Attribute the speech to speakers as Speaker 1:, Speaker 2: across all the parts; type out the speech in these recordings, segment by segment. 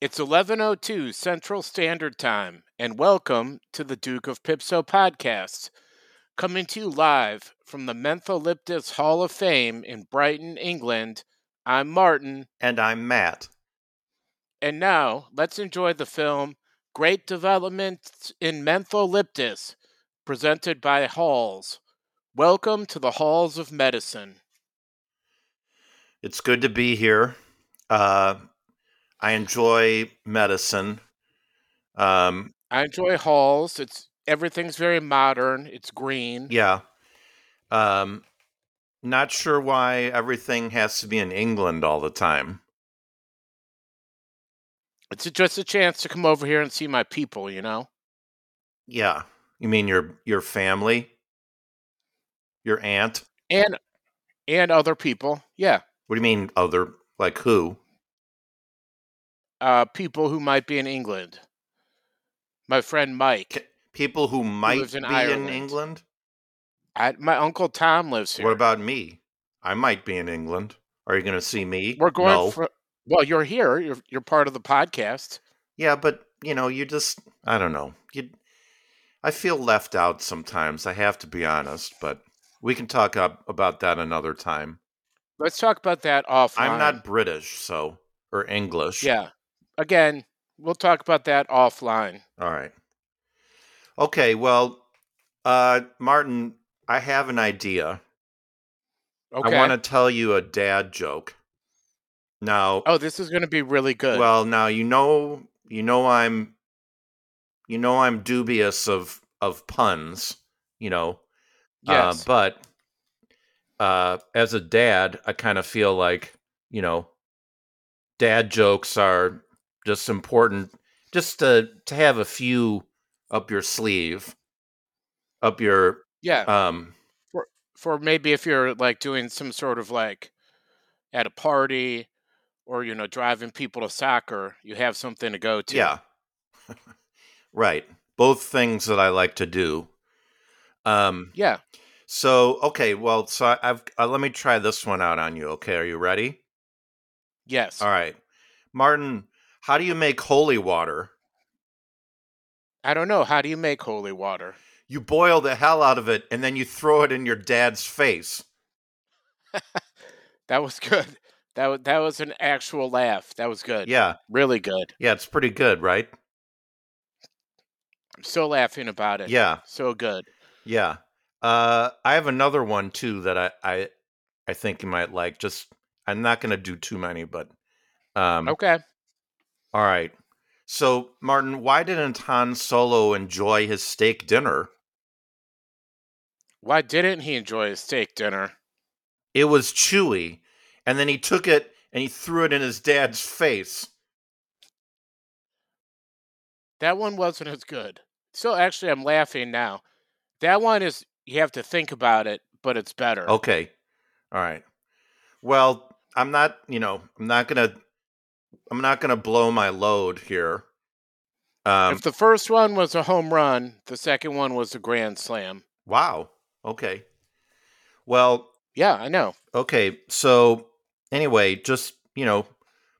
Speaker 1: It's 11:02 Central Standard Time and welcome to the Duke of Pipso podcast, coming to you live from the Mentholyptus Hall of Fame in Brighton, England. I'm Martin,
Speaker 2: And I'm Matt.
Speaker 1: and now let's enjoy the film Great Developments in Mentholyptus, presented by Halls. Welcome to the Halls of Medicine.
Speaker 2: It's good to be here. Uh, I enjoy medicine. Um,
Speaker 1: I enjoy halls. It's everything's very modern. It's green.
Speaker 2: yeah. Um, not sure why everything has to be in England all the time.
Speaker 1: It's just a chance to come over here and see my people, you know?
Speaker 2: Yeah. You mean your your family? Your aunt?
Speaker 1: And and other people. Yeah.
Speaker 2: What do you mean other like who?
Speaker 1: Uh people who might be in England. My friend Mike.
Speaker 2: K- People who might
Speaker 1: lives in
Speaker 2: be
Speaker 1: Ireland.
Speaker 2: in England?
Speaker 1: I, my uncle Tom lives here.
Speaker 2: What about me? I might be in England. Are you going to see me?
Speaker 1: We're going
Speaker 2: No.
Speaker 1: for Well, you're here. You're you're part of the podcast.
Speaker 2: Yeah, but you know, you just I don't know. You I feel left out sometimes. I have to be honest, but we can talk up about that another time.
Speaker 1: Let's talk about that offline.
Speaker 2: I'm not British, so or English.
Speaker 1: Yeah. Again, we'll talk about that offline.
Speaker 2: All right. Okay, well, uh Martin, I have an idea.
Speaker 1: Okay.
Speaker 2: I want to tell you a dad joke. Now,
Speaker 1: oh, this is going to be really good.
Speaker 2: well, uh, now you know, you know I'm you know I'm dubious of of puns, you know.
Speaker 1: yes.
Speaker 2: Uh, but uh, as a dad, I kind of feel like, you know, dad jokes are just important just to, to have a few up your sleeve, up your,
Speaker 1: yeah.
Speaker 2: um,
Speaker 1: for maybe if you're like doing some sort of like at a party or you know driving people to soccer you have something to go to
Speaker 2: yeah. right. Both things that I like to do. Um,
Speaker 1: yeah
Speaker 2: so, okay. Well, so I- I've, uh, let me try this one out on you. Okay. Are you ready?
Speaker 1: yes
Speaker 2: All right. Martin, how do you make holy water?
Speaker 1: i don't know how do you make holy water
Speaker 2: you boil the hell out of it and then you throw it in your dad's face.
Speaker 1: that was good that was that was an actual laugh that was good
Speaker 2: Yeah,
Speaker 1: really good
Speaker 2: yeah, it's pretty good, right?
Speaker 1: i'm still laughing about it
Speaker 2: Yeah,
Speaker 1: so good
Speaker 2: yeah. Uh, I have another one too that I, I, I think you might like. Just I'm not gonna do too many, but um,
Speaker 1: okay
Speaker 2: all right. So Martin, why didn't Han Solo enjoy his steak dinner?
Speaker 1: why didn't he enjoy his steak dinner
Speaker 2: It was chewy, and then he took it and he threw it in his dad's face.
Speaker 1: that one wasn't as good so actually i'm laughing now that one is you have to think about it but it's better
Speaker 2: Okay. All right. Well, I'm not, you know, I'm not going to I'm not going to blow my load here. Um
Speaker 1: if the first one was a home run, the second one was a grand slam.
Speaker 2: wow. Okay. Well,
Speaker 1: Yeah, I know.
Speaker 2: okay. So anyway, just, you know,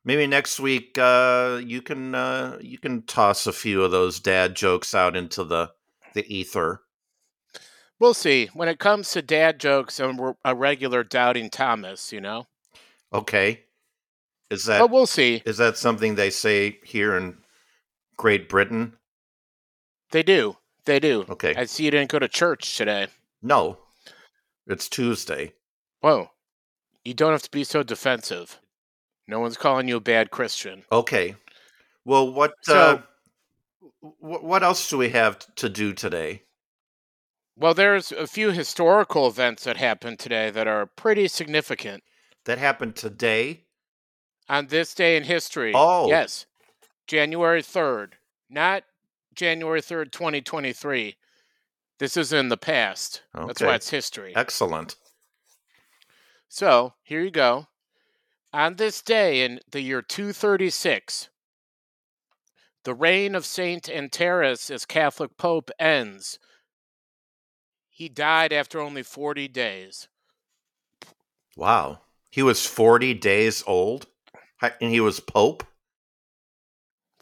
Speaker 2: maybe next week uh you can uh you can toss a few of those dad jokes out into the the ether.
Speaker 1: We'll see. When it comes to dad jokes, I'm re- a regular doubting Thomas, you know.
Speaker 2: Okay? Is that is
Speaker 1: But we'll see.
Speaker 2: that something they say here in Great Britain?
Speaker 1: They do. They do.
Speaker 2: Okay.
Speaker 1: I see you didn't go to church today.
Speaker 2: No. It's Tuesday.
Speaker 1: Whoa. You don't have to be so defensive. No one's calling you a bad Christian.
Speaker 2: Okay. Well, what
Speaker 1: So-
Speaker 2: uh, wh- what else do we have t- to do today?
Speaker 1: Well, there's a few historical events that happened today that are pretty significant.
Speaker 2: That happened today.
Speaker 1: on this day in history.
Speaker 2: Oh.
Speaker 1: yes, January third, not January third, twenty twenty three. This is in the past. That's why
Speaker 2: Okay.
Speaker 1: it's history.
Speaker 2: Excellent.
Speaker 1: So here you go. On this day in the year two thirty six, the reign of Saint Antares as Catholic Pope ends. He died after only forty days.
Speaker 2: Wow. He was forty days old, Hi- and he was pope.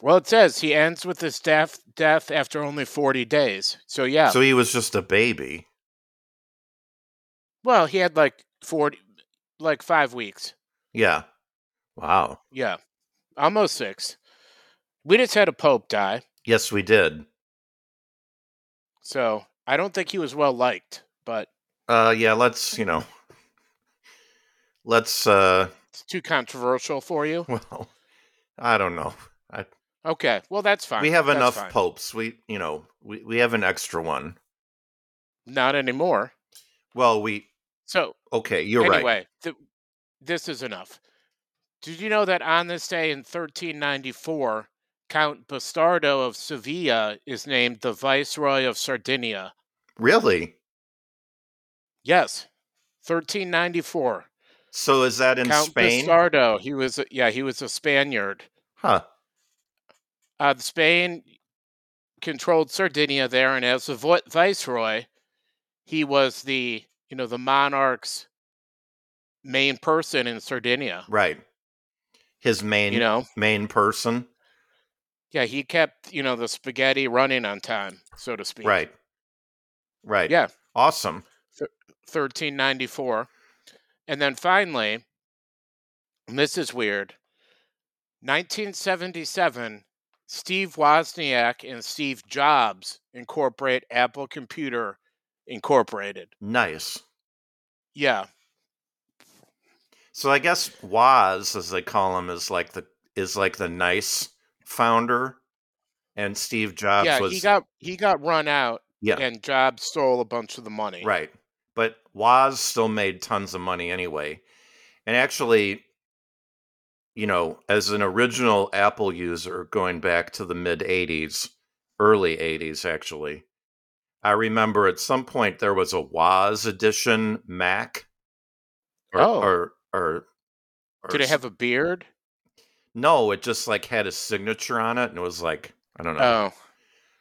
Speaker 1: Well, it says he ends with his death death after only 40 days. So yeah.
Speaker 2: So he was just a baby.
Speaker 1: well, he had like 40 like 5 weeks.
Speaker 2: Yeah. Wow.
Speaker 1: Yeah. Almost 6. We just had a pope die.
Speaker 2: Yes, we did.
Speaker 1: So, I don't think he was well liked, but
Speaker 2: Uh yeah, let's, you know. Let's uh
Speaker 1: it's too controversial for you.
Speaker 2: well, I don't know.
Speaker 1: Okay. Well, that's fine.
Speaker 2: we have
Speaker 1: That's
Speaker 2: enough
Speaker 1: fine.
Speaker 2: popes. We, you know, we we have an extra one.
Speaker 1: Not anymore.
Speaker 2: Well, we
Speaker 1: So,
Speaker 2: okay, you're
Speaker 1: anyway,
Speaker 2: right.
Speaker 1: th- this is enough. Did you know that on this day in 1394, Count Bastardo of Sevilla is named the Viceroy of Sardinia?
Speaker 2: Really?
Speaker 1: Yes, 1394.
Speaker 2: So is that in
Speaker 1: Count
Speaker 2: Spain?
Speaker 1: Bastardo. He was a- yeah, he was a Spaniard.
Speaker 2: Huh.
Speaker 1: Uh, Spain controlled Sardinia there, and as the vo- viceroy, he was the you know the monarch's main person in Sardinia.
Speaker 2: Right. His main
Speaker 1: You know,
Speaker 2: main person.
Speaker 1: Yeah, he kept, you know, the spaghetti running on time, so to speak.
Speaker 2: Right. Right.
Speaker 1: Yeah.
Speaker 2: Awesome.
Speaker 1: 1394. And then finally, and this is weird. 1977, Steve Wozniak and Steve Jobs incorporate Apple Computer Incorporated.
Speaker 2: Nice.
Speaker 1: Yeah.
Speaker 2: So I guess Woz, as they call him, is like the is like the nice founder, and Steve Jobs
Speaker 1: yeah,
Speaker 2: was
Speaker 1: he got he got run out
Speaker 2: Yeah.
Speaker 1: and Jobs stole a bunch of the money.
Speaker 2: right, but Woz still made tons of money anyway. And actually, you know, as an original Apple user going back to the mid '80s, early '80s actually, I remember at some point there was a Woz edition Mac, or
Speaker 1: Oh.
Speaker 2: or, or, or
Speaker 1: Did it have a beard?
Speaker 2: No, it just like had his signature on it, and it was like I don't know.
Speaker 1: Oh.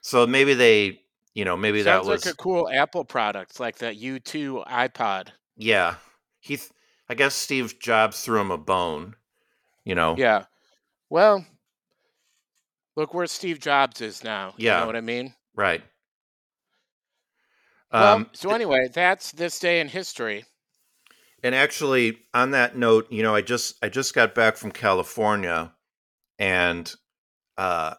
Speaker 2: so maybe they, you know, Uh, maybe that
Speaker 1: Sounds
Speaker 2: was
Speaker 1: like a cool Apple product, like that U2 iPod.
Speaker 2: yeah. He, th- I guess Steve Jobs threw him a bone, you know.
Speaker 1: Yeah. Well, look where Steve Jobs is now. You
Speaker 2: Yeah.
Speaker 1: know what I mean?
Speaker 2: Right.
Speaker 1: well,
Speaker 2: Um,
Speaker 1: so anyway, that's this day in history.
Speaker 2: and actually, on that note, you know, I just I just got back from California, and uh,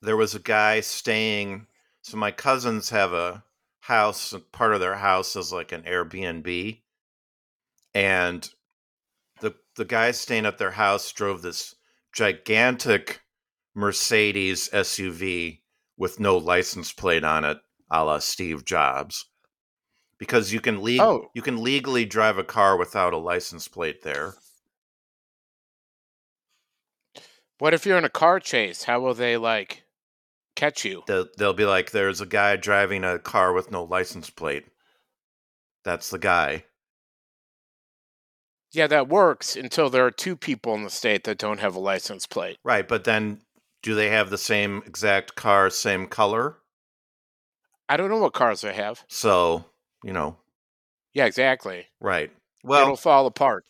Speaker 2: there was a guy staying. So my cousins have a house. Part of their house is like an Airbnb, and the the guy staying at their house drove this gigantic Mercedes SUV with no license plate on it, a la Steve Jobs, because you can leg-
Speaker 1: Oh.
Speaker 2: you can legally drive a car without a license plate there.
Speaker 1: What if you're in a car chase? How will they like catch you?
Speaker 2: They'll, they'll be like, "There's a guy driving a car with no license plate. That's the guy."
Speaker 1: Yeah, that works until there are two people in the state that don't have a license plate.
Speaker 2: Right, but then do they have the same exact car, same color?
Speaker 1: I don't know what cars they have.
Speaker 2: So, you know,
Speaker 1: Yeah, exactly.
Speaker 2: right. Well,
Speaker 1: It'll fall apart.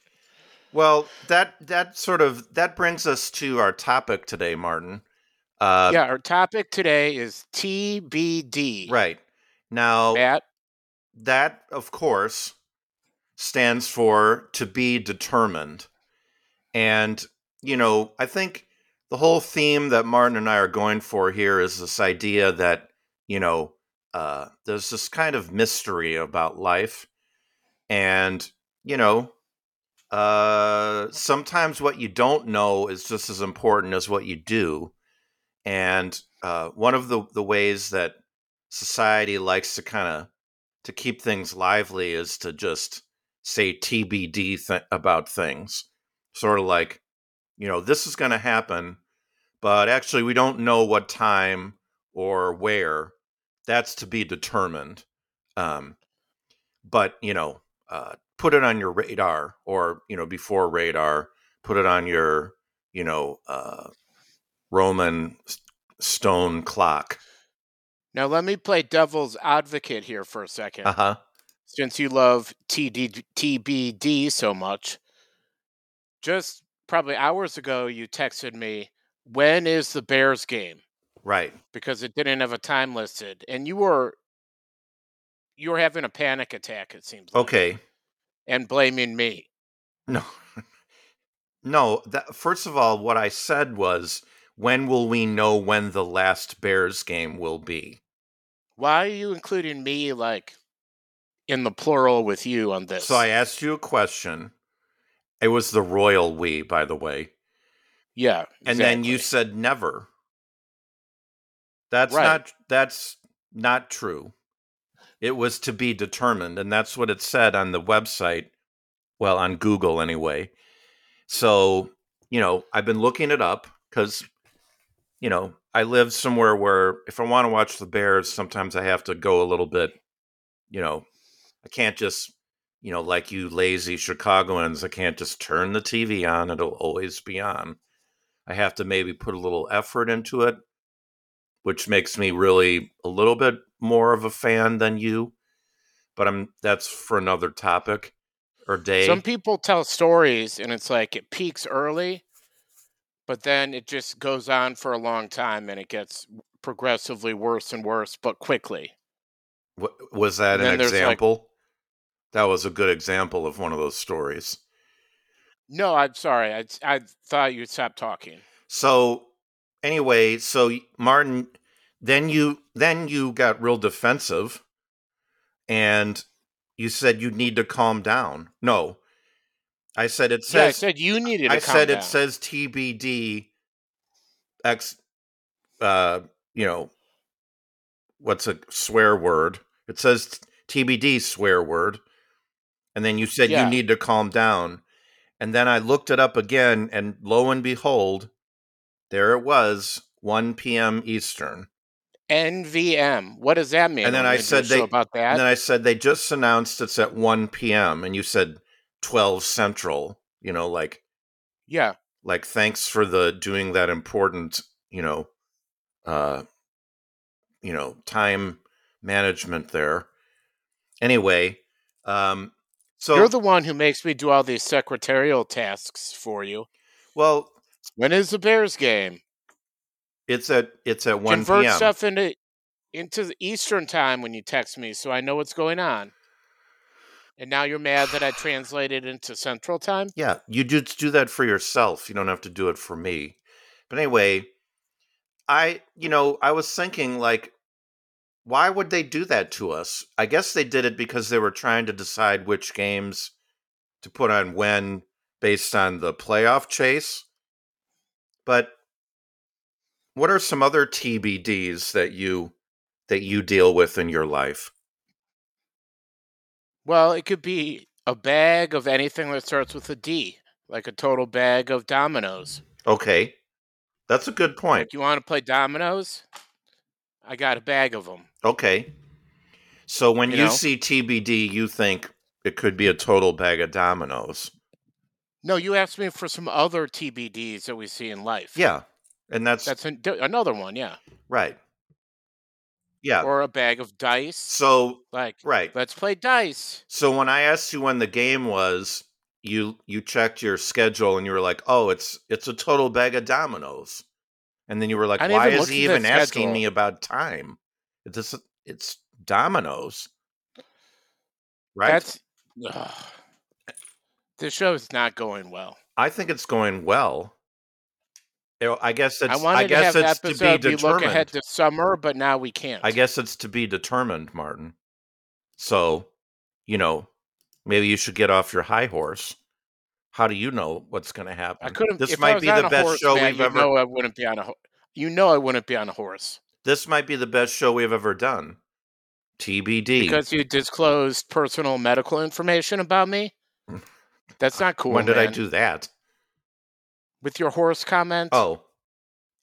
Speaker 2: well, that that sort of that brings us to our topic today, Martin. Uh
Speaker 1: yeah, our topic today is TBD.
Speaker 2: right. Oh. Now,
Speaker 1: Matt,
Speaker 2: that of course stands for to be determined. And you know, I think the whole theme that Martin and I are going for here is this idea that, you know, uh there's this kind of mystery about life and, you know, uh sometimes what you don't know is just as important as what you do. And uh one of the the ways that society likes to kind of to keep things lively is to just say TBD th- about things. Sort of like, you know, this is going to happen, but actually we don't know what time or where. That's to be determined. Um, but, you know, uh, put it on your radar or, you know, before radar, put it on your, you know, uh, Roman s- stone clock.
Speaker 1: now let me play devil's advocate here for a second.
Speaker 2: Uh huh.
Speaker 1: since you love TD, TBD so much, just probably hours ago, you texted me, when is the Bears game?
Speaker 2: Right.
Speaker 1: Because it didn't have a time listed, and you were you were having a panic attack. It seems. like,
Speaker 2: Okay.
Speaker 1: and blaming me.
Speaker 2: No. No, that, first of all, what I said was when will we know when the last Bears game will be?
Speaker 1: Why are you including me like in the plural with you on this?
Speaker 2: So I asked you a question. It was the royal we, by the way.
Speaker 1: yeah,
Speaker 2: and then you
Speaker 1: exactly.
Speaker 2: said never. That's
Speaker 1: Right.
Speaker 2: not that's not true. It was to be determined, and that's what it said on the website. Well, on Google anyway. So you know, I've been looking it up because you know I live somewhere where if I want to watch the Bears, sometimes I have to go a little bit. You know, I can't just you know like you lazy Chicagoans. I can't just turn the TV on; it'll always be on. I have to maybe put a little effort into it, which makes me really a little bit more of a fan than you. But I'm that's for another topic or day.
Speaker 1: Some people tell stories and it's like it peaks early, but then it just goes on for a long time and it gets progressively worse and worse, but quickly.
Speaker 2: Wa- was that
Speaker 1: Then
Speaker 2: an
Speaker 1: there's, like-
Speaker 2: example? that was a good example of one of those stories.
Speaker 1: No, I'm sorry. I, I thought you'd stop talking.
Speaker 2: So anyway, so Martin, then you then you got real defensive, and you said you need to calm down. No, I said it
Speaker 1: yeah, I
Speaker 2: says
Speaker 1: said you needed to
Speaker 2: I
Speaker 1: calm
Speaker 2: said
Speaker 1: down.
Speaker 2: it says TBD. X, uh, you know, what's a swear word? It says TBD swear word, and then you said
Speaker 1: Yeah.
Speaker 2: you need to calm down, and then I looked it up again, and lo and behold, there it was, 1 p.m. Eastern,
Speaker 1: NVM. What does that mean?
Speaker 2: And then
Speaker 1: We're
Speaker 2: I
Speaker 1: gonna do a
Speaker 2: said
Speaker 1: show
Speaker 2: they-
Speaker 1: about that.
Speaker 2: and then I said they just announced it's at 1 p.m., and you said 12 Central, you know, like
Speaker 1: yeah,
Speaker 2: like thanks for the doing that important you know uh you know time management there anyway um so
Speaker 1: you're the one who makes me do all these secretarial tasks for you.
Speaker 2: well
Speaker 1: When is the Bears game?
Speaker 2: it's at it's at 1
Speaker 1: Convert
Speaker 2: p.m
Speaker 1: stuff into into the Eastern time when you text me, so I know what's going on. And now you're mad that I translated into Central time.
Speaker 2: yeah you do do that for yourself you don't have to do it for me but anyway i you know i was thinking like why would they do that to us i guess they did it because they were trying to decide which games to put on when based on the playoff chase. But what are some other TBDs that you that you deal with in your life?
Speaker 1: Well, it could be a bag of anything that starts with a D, like a total bag of dominoes.
Speaker 2: Okay. That's a good point.
Speaker 1: You want to play dominoes? I got a bag of them.
Speaker 2: Okay. So when
Speaker 1: You
Speaker 2: you,
Speaker 1: know?
Speaker 2: see TBD, you think it could be a total bag of dominoes.
Speaker 1: No, you asked me for some other TBDs that we see in life.
Speaker 2: Yeah. And that's,
Speaker 1: That's an, d- another one, yeah.
Speaker 2: right. Yeah.
Speaker 1: Or a bag of dice.
Speaker 2: So
Speaker 1: Like,
Speaker 2: right.
Speaker 1: let's play dice.
Speaker 2: So when I asked you when the game was, you you checked your schedule and you were like, "Oh, it's it's a total bag of dominoes," and then you were like,
Speaker 1: I didn't
Speaker 2: "Why
Speaker 1: even
Speaker 2: is
Speaker 1: look
Speaker 2: he
Speaker 1: at the
Speaker 2: even asking
Speaker 1: schedule."
Speaker 2: me about time? It's it's dominoes, right?"
Speaker 1: That's. Ugh. This show is not going well.
Speaker 2: I think it's going well. You know, I guess it's
Speaker 1: I
Speaker 2: I,
Speaker 1: wanted
Speaker 2: guess
Speaker 1: to have
Speaker 2: it's
Speaker 1: the
Speaker 2: to be
Speaker 1: episode. We look ahead
Speaker 2: determined.
Speaker 1: to summer, but now we can't.
Speaker 2: I guess it's to be determined, Martin. So, you know, maybe you should get off your high horse. How do you know what's going to happen?
Speaker 1: I couldn't.
Speaker 2: This
Speaker 1: if I
Speaker 2: might
Speaker 1: was
Speaker 2: be
Speaker 1: on
Speaker 2: the
Speaker 1: a
Speaker 2: best
Speaker 1: horse,
Speaker 2: show
Speaker 1: Matt,
Speaker 2: we've
Speaker 1: you
Speaker 2: ever.
Speaker 1: Know I wouldn't be on a. ho- You know I wouldn't be on a horse
Speaker 2: This might be the best show we've ever done. TBD.
Speaker 1: because you disclosed personal medical information about me. That's not cool.
Speaker 2: Mm. when did I
Speaker 1: man.
Speaker 2: do that?
Speaker 1: with your horse comment?
Speaker 2: Oh,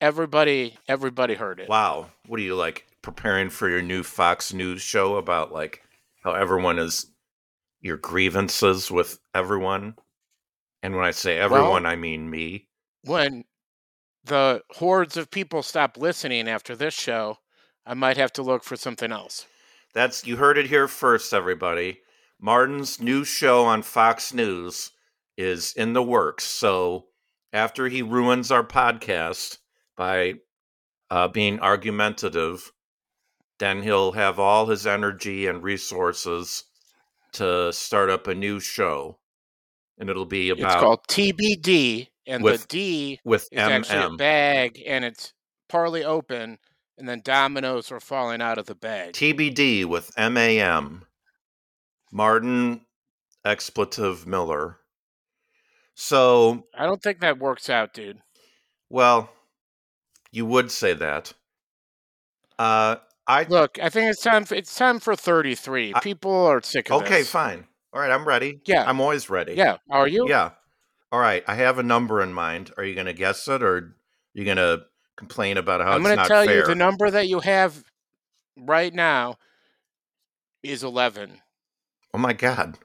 Speaker 1: everybody, everybody heard it.
Speaker 2: wow. What are you like preparing for your new Fox News show about like how everyone is your grievances with everyone? And when I say everyone, I mean me.
Speaker 1: When the hordes of people stop listening after this show, I might have to look for something else.
Speaker 2: That's you heard it here first, everybody. Martin's new show on Fox News is in the works. So after he ruins our podcast, by uh, being argumentative, then he'll have all his energy and resources to start up a new show, and it'll be
Speaker 1: It's
Speaker 2: about
Speaker 1: called TBD, and
Speaker 2: With-
Speaker 1: the D
Speaker 2: with
Speaker 1: is actually a
Speaker 2: MM.
Speaker 1: bag, and it's partly open, and then dominoes are falling out of the bag.
Speaker 2: TBD with MAM. Martin expletive Miller. So,
Speaker 1: I don't think that works out, dude.
Speaker 2: well, you would say that. Uh I
Speaker 1: Look, I think it's time. For, it's time for thirty-three.
Speaker 2: I-
Speaker 1: People are sick of
Speaker 2: okay,
Speaker 1: this.
Speaker 2: fine. All right, I'm ready.
Speaker 1: Yeah.
Speaker 2: I'm always ready.
Speaker 1: Yeah, are you?
Speaker 2: Yeah. All right, I have a number in mind. Are you going to guess it or are you going to complain about how
Speaker 1: I'm
Speaker 2: it's
Speaker 1: going to
Speaker 2: not
Speaker 1: tell
Speaker 2: fair?
Speaker 1: you the number that you have right now is eleven.
Speaker 2: oh my god.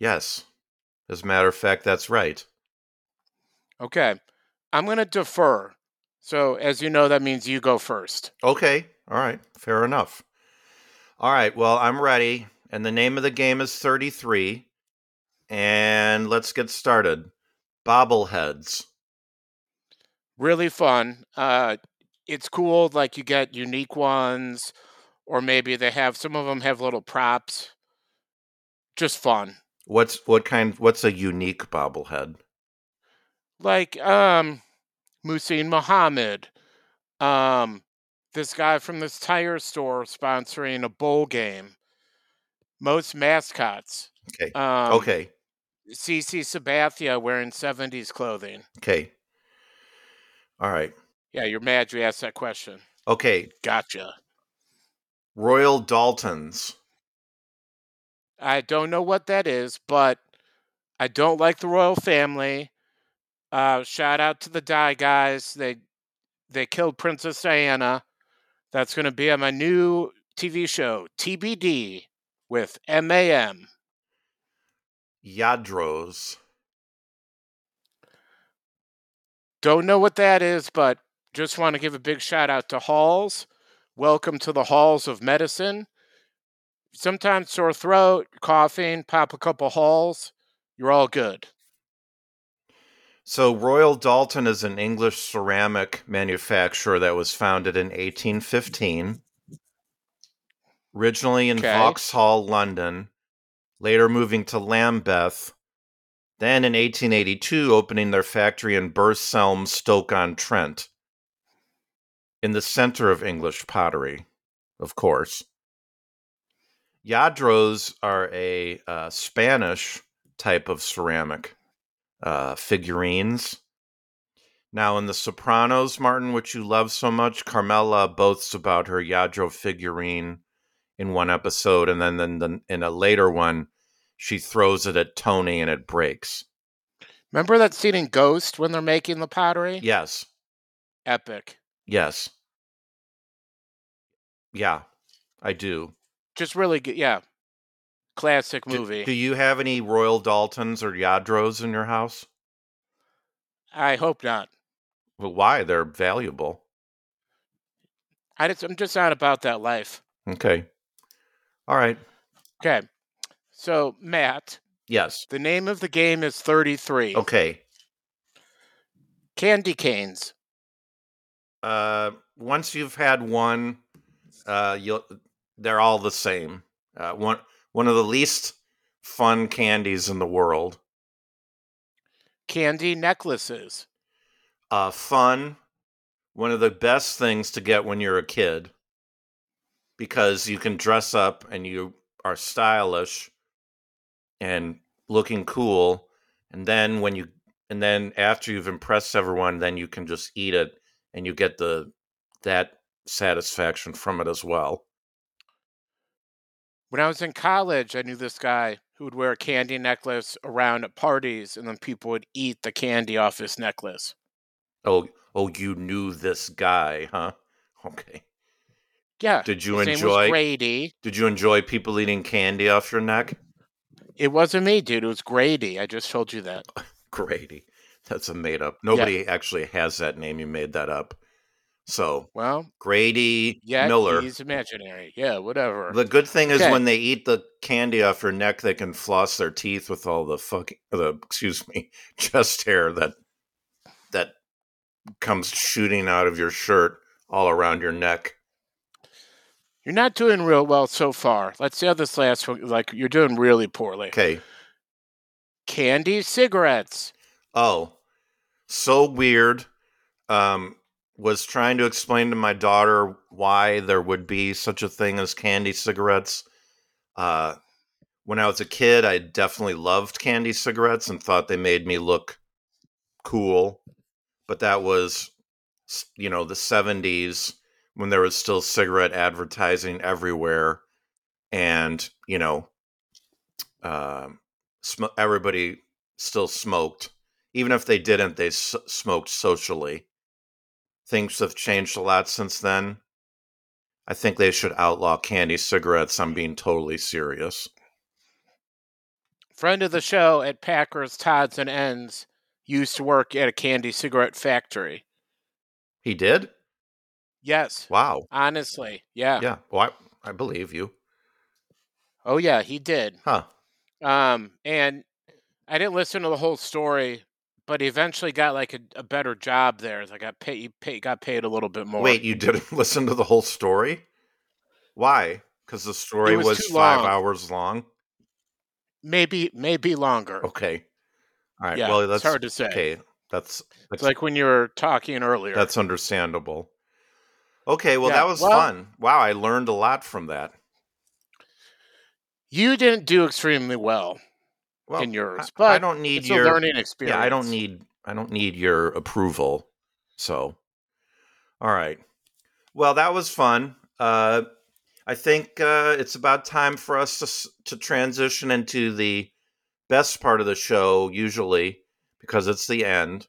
Speaker 2: Yes. As a matter of fact, that's right.
Speaker 1: Okay, I'm going to defer. So, as you know, that means you go first.
Speaker 2: Okay. All right. Fair enough. All right. Well, I'm ready. And the name of the game is 33. And let's get started. Bobbleheads.
Speaker 1: Really fun. Uh, it's cool. Like you get unique ones, or maybe they have some of them have little props. Just fun.
Speaker 2: What's what kind what's a unique bobblehead?
Speaker 1: Like um, Musin Muhammad. Um, this guy from this tire store sponsoring a bowl game. Most mascots.
Speaker 2: Okay.
Speaker 1: Um,
Speaker 2: okay.
Speaker 1: CC Sabathia wearing 70s clothing.
Speaker 2: Okay. All right.
Speaker 1: Yeah, you're mad you asked that question.
Speaker 2: Okay.
Speaker 1: Gotcha.
Speaker 2: Royal Daltons.
Speaker 1: I don't know what that is, but I don't like the royal family. Uh, shout out to the Die Guys. They they killed Princess Diana. That's going to be on my new TV show, TBD, with MAM.
Speaker 2: Yadros.
Speaker 1: Don't know what that is, but just want to give a big shout out to Halls. Welcome to the Halls of Medicine. Sometimes sore throat, coughing, pop a couple Halls. You're all good.
Speaker 2: So Royal Dalton is an English ceramic manufacturer that was founded in 1815, originally in
Speaker 1: Okay.
Speaker 2: Vauxhall, London, later moving to Lambeth, then in 1882 opening their factory in Burselm, Stoke-on-Trent, in the center of English pottery, of course. Yadros are a uh, Spanish type of ceramic uh, figurines. Now, in The Sopranos, Martin, which you love so much, Carmela boasts about her Yadro figurine in one episode, and then, then the, in a later one, she throws it at Tony and it breaks.
Speaker 1: Remember that scene in Ghost when they're making the pottery?
Speaker 2: Yes,
Speaker 1: Epic.
Speaker 2: yes, yeah, I do.
Speaker 1: Just really good. Yeah. Classic
Speaker 2: Do-
Speaker 1: movie.
Speaker 2: Do, you have any Royal Daltons or Yadros in your house?
Speaker 1: I hope not.
Speaker 2: Well, why? They're valuable.
Speaker 1: I just, I'm just not about that life.
Speaker 2: Okay. All right.
Speaker 1: Okay. So, Matt,
Speaker 2: Yes.
Speaker 1: the name of the game is 33.
Speaker 2: Okay.
Speaker 1: Candy canes.
Speaker 2: uh, once you've had one, uh, you'll they're all the same. Uh, one one of the least fun candies in the world.
Speaker 1: Candy necklaces.
Speaker 2: Uh, fun, one of the best things to get when you're a kid because you can dress up and you are stylish and looking cool. And then when you and then after you've impressed everyone, then you can just eat it and you get the that satisfaction from it as well.
Speaker 1: When I was in college, I knew this guy who would wear a candy necklace around at parties, and then people would eat the candy off his necklace.
Speaker 2: Oh, oh, you knew this guy, huh? Okay.
Speaker 1: Yeah.
Speaker 2: Did you
Speaker 1: Uh, his name was
Speaker 2: enjoy?
Speaker 1: Grady.
Speaker 2: Did you enjoy people eating candy off your neck,
Speaker 1: It wasn't me, dude. It was Grady. I just told you that.
Speaker 2: Grady? That's a made up. Nobody actually has that name. You made that up. So
Speaker 1: Well,
Speaker 2: Grady
Speaker 1: yeah,
Speaker 2: Miller.
Speaker 1: he's imaginary. Yeah, whatever.
Speaker 2: The good thing is
Speaker 1: Okay.
Speaker 2: when they eat the candy off your neck, they can floss their teeth with all the fucking the excuse me chest hair that that comes shooting out of your shirt all around your neck.
Speaker 1: You're not doing real well so far. Let's see how this last one. Like you're doing really poorly.
Speaker 2: Okay.
Speaker 1: Candy cigarettes.
Speaker 2: Oh, so weird. Um, was trying to explain to my daughter why there would be such a thing as candy cigarettes. Uh, when I was a kid, I definitely loved candy cigarettes and thought they made me look cool. But that was, you know, the 70s when there was still cigarette advertising everywhere. And, you know, um sm- everybody still smoked. Even if they didn't, they s- smoked socially. Things have changed a lot since then. I think they should outlaw candy cigarettes. I'm being totally serious.
Speaker 1: Friend of
Speaker 2: Mm.
Speaker 1: the show at Packers Tods and Ends used to work at a candy cigarette factory.
Speaker 2: He did?
Speaker 1: Yes.
Speaker 2: Wow.
Speaker 1: Honestly. Yeah.
Speaker 2: Yeah. Well, I, I believe you.
Speaker 1: Oh yeah, he did.
Speaker 2: Huh.
Speaker 1: Um, and I didn't listen to the whole story, but he eventually got like a, a better job there. Like I got paid, pay, got paid a little bit more.
Speaker 2: Wait, you didn't listen to the whole story? Why? Because the story
Speaker 1: It was
Speaker 2: was,
Speaker 1: too
Speaker 2: five
Speaker 1: long.
Speaker 2: hours long.
Speaker 1: maybe maybe longer.
Speaker 2: Okay. All right.
Speaker 1: Yeah,
Speaker 2: well,
Speaker 1: it's
Speaker 2: that's
Speaker 1: hard to say.
Speaker 2: Okay. That's
Speaker 1: It's like when you were talking earlier.
Speaker 2: that's understandable. Okay. Well,
Speaker 1: Yeah,
Speaker 2: that was
Speaker 1: well-
Speaker 2: fun. Wow, I learned a lot from that.
Speaker 1: you didn't do extremely well
Speaker 2: Well,
Speaker 1: in yours,
Speaker 2: I- I
Speaker 1: but
Speaker 2: don't need
Speaker 1: it's a
Speaker 2: your
Speaker 1: learning experience.
Speaker 2: yeah. I don't need I don't need your approval. So, all right. Well, that was fun. Uh, I think uh, it's about time for us to s- to transition into the best part of the show, usually because it's the end,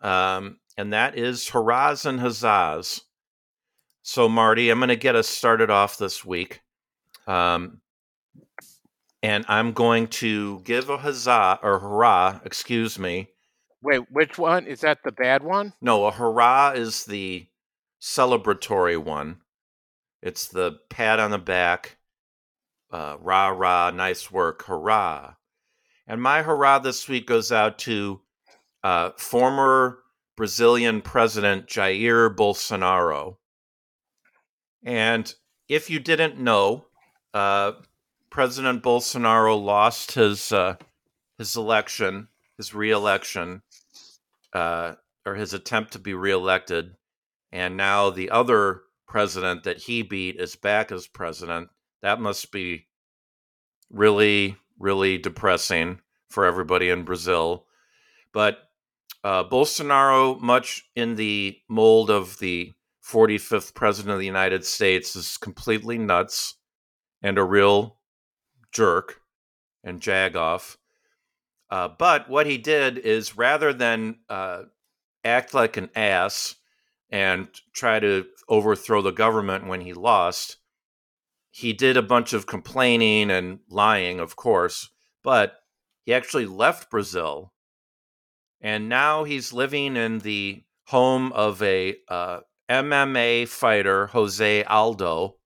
Speaker 2: um, and that is hurrahs and huzzas. So, Marty, I'm going to get us started off this week, um, and I'm going to give a huzzah or hurrah, excuse me,
Speaker 1: Wait, which one is that? The bad one?
Speaker 2: No, a hurrah is the celebratory one. It's the pat on the back, uh, rah rah, nice work, hurrah. And my hurrah this week goes out to uh, former Brazilian President Jair Bolsonaro. And if you didn't know, uh, President Bolsonaro lost his uh, his election, his reelection. Uh, or his attempt to be reelected. And now the other president that he beat is back as president. That must be really, really depressing for everybody in Brazil. But uh, Bolsonaro, much in the mold of the 45th president of the United States, is completely nuts and a real jerk and jagoff. Uh, but what he did is rather than uh, act like an ass and try to overthrow the government when he lost. He did a bunch of complaining and lying, of course, but he actually left Brazil. And now he's living in the home of a uh, MMA fighter, Jose Aldo.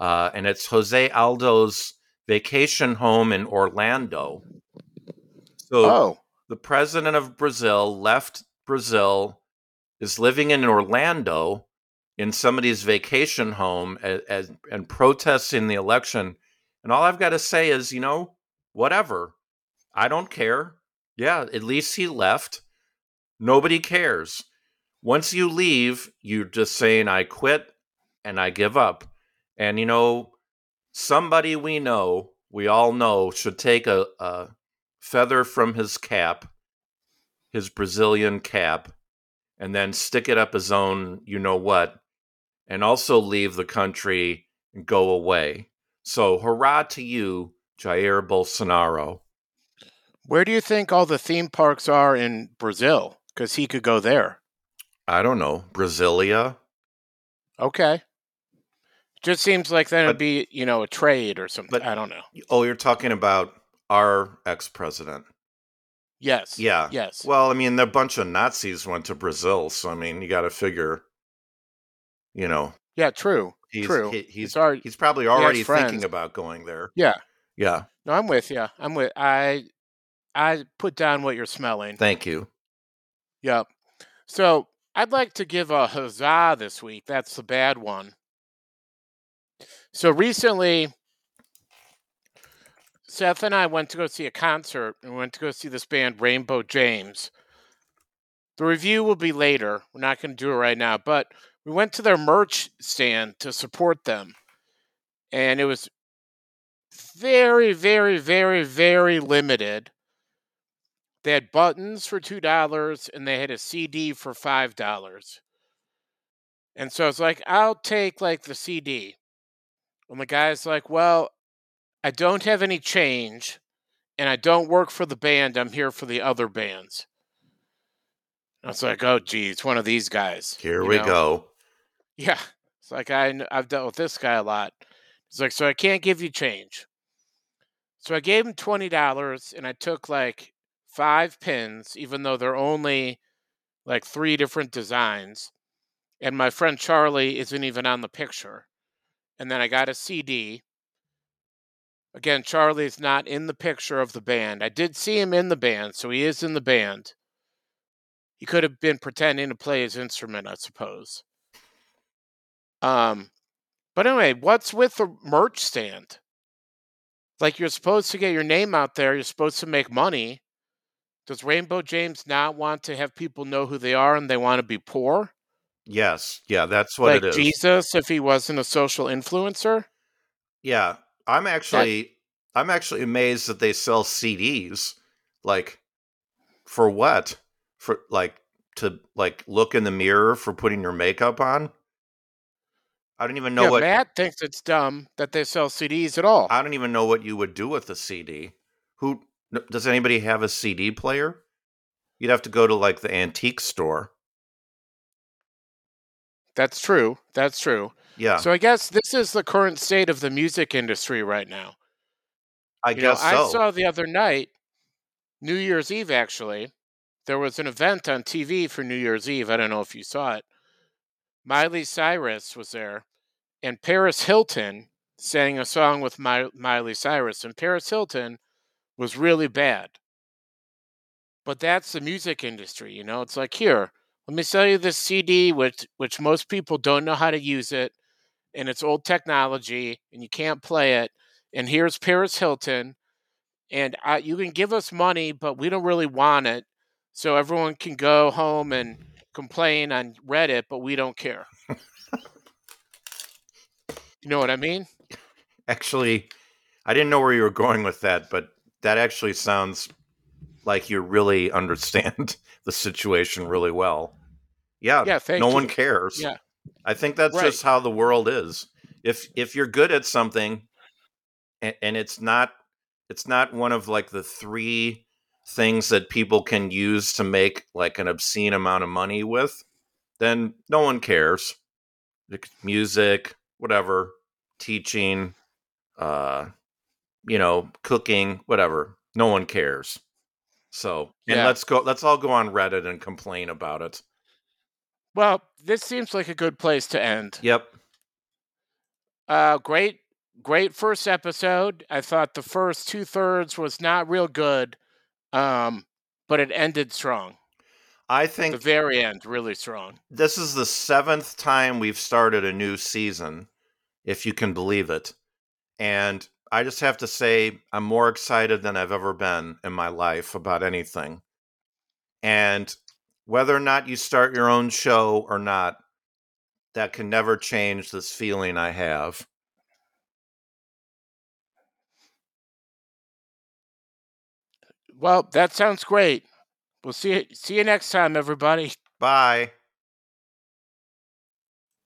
Speaker 2: Uh, and it's Jose Aldo's vacation home in Orlando. So
Speaker 1: Oh,
Speaker 2: the president of Brazil left Brazil, is living in Orlando in somebody's vacation home and, and, and protesting the election. And all I've got to say is, you know, whatever. I don't care. Yeah, at least he left. Nobody cares. Once you leave, you're just saying, I quit and I give up. And, you know, somebody we know, we all know, should take a, a feather from his cap, his Brazilian cap, and then stick it up his own, you know what, and also leave the country and go away. So, hurrah to you, Jair Bolsonaro.
Speaker 1: where do you think all the theme parks are in Brazil? Because he could go there.
Speaker 2: I don't know, Brasilia?
Speaker 1: Okay. Just seems like then it'd
Speaker 2: But-
Speaker 1: be you know a trade or something.
Speaker 2: but-
Speaker 1: I don't know.
Speaker 2: Oh, you're talking about our ex president.
Speaker 1: Yes.
Speaker 2: Yeah.
Speaker 1: Yes.
Speaker 2: Well, I mean, a bunch of Nazis went to Brazil, so I mean, you got to figure, you know,
Speaker 1: yeah. True.
Speaker 2: he's,
Speaker 1: True.
Speaker 2: he- he's,
Speaker 1: It's already-
Speaker 2: he's probably
Speaker 1: has
Speaker 2: already thinking
Speaker 1: friends.
Speaker 2: about going there.
Speaker 1: Yeah.
Speaker 2: Yeah.
Speaker 1: No, I'm with you. I'm with I. I put down what you're smelling.
Speaker 2: Thank you.
Speaker 1: Yep. So I'd like to give a huzzah this week. That's the bad one. So recently, Seth and I went to go see a concert and we went to go see this band, Rainbow James. The review will be later. We're not going to do it right now, but we went to their merch stand to support them. And it was very, very, very, very limited. They had buttons for $2 and they had a CD for $5. And so I was like, I'll take like the CD. And the guy's like, Well, I don't have any change and I don't work for the band. I'm here for the other bands. I was like, Oh, geez, one of these guys.
Speaker 2: Here
Speaker 1: you
Speaker 2: we
Speaker 1: know?
Speaker 2: go.
Speaker 1: Yeah. It's like I, kn- I've dealt with this guy a lot. He's like, so I can't give you change. So I gave him twenty dollars and I took like five pins, even though they're only like three different designs. And my friend Charlie isn't even on the picture. And then I got a CD. Again, Charlie is not in the picture of the band. I did see him in the band, so he is in the band. He could have been pretending to play his instrument, I suppose. Um, but anyway, what's with the merch stand? Like you're supposed to get your name out there, you're supposed to make money. Does Rainbow James not want to have people know who they are and they want to be poor?
Speaker 2: Yes. Yeah, that's what
Speaker 1: like
Speaker 2: it is.
Speaker 1: Jesus if he wasn't a social influencer?
Speaker 2: Yeah, I'm actually I'm actually amazed that they sell CDs. Like for what? For like to like look in the mirror for putting your makeup on? I don't even know
Speaker 1: yeah,
Speaker 2: what
Speaker 1: Matt thinks it's dumb that they sell CDs at all.
Speaker 2: I don't even know what you would do with a CD. Who n- does anybody have a CD player? You'd have to go to like the antique store.
Speaker 1: That's true. That's true.
Speaker 2: Yeah,
Speaker 1: So I guess this is the current state of the music industry right now.
Speaker 2: I
Speaker 1: you
Speaker 2: guess
Speaker 1: know,
Speaker 2: so.
Speaker 1: I saw the other night, New Year's Eve actually, there was an event on TV for New Year's Eve. I don't know if you saw it. Miley Cyrus was there, and Paris Hilton sang a song with Mi- Miley Cyrus, and Paris Hilton was really bad. But that's the music industry, you know. It's like here, let me sell you this CD, which which most people don't know how to use it, and it's old technology, and you can't play it. And here's Paris Hilton, and I, you can give us money, but we don't really want it. So everyone can go home and complain on Reddit, but we don't care. you know what I mean?
Speaker 2: actually i didn't know where you were going with that but that actually sounds like you really understand the situation really well yeah,
Speaker 1: Yeah, thank
Speaker 2: no
Speaker 1: you.
Speaker 2: one cares
Speaker 1: Yeah.
Speaker 2: i think that's
Speaker 1: Right.
Speaker 2: just how the world is if if you're good at something and, and it's not it's not one of like the three things that people can use to make like an obscene amount of money with then no one cares Like, music whatever teaching uh you know cooking whatever no one cares so and
Speaker 1: Yeah.
Speaker 2: let's go let's all go on reddit and complain about it
Speaker 1: Well, this seems like a good place to end.
Speaker 2: yep
Speaker 1: Uh, great, great first episode. I thought the first two thirds was not real good, um, but it ended strong.
Speaker 2: i
Speaker 1: The
Speaker 2: think
Speaker 1: very end, really strong.
Speaker 2: this is the seventh time we've started a new season if you can believe it and i just have to say i'm more excited than i've ever been in my life about anything and whether or not you start your own show or not that can never change this feeling i have
Speaker 1: Well, that sounds great. We'll see. See you next time, everybody.
Speaker 2: bye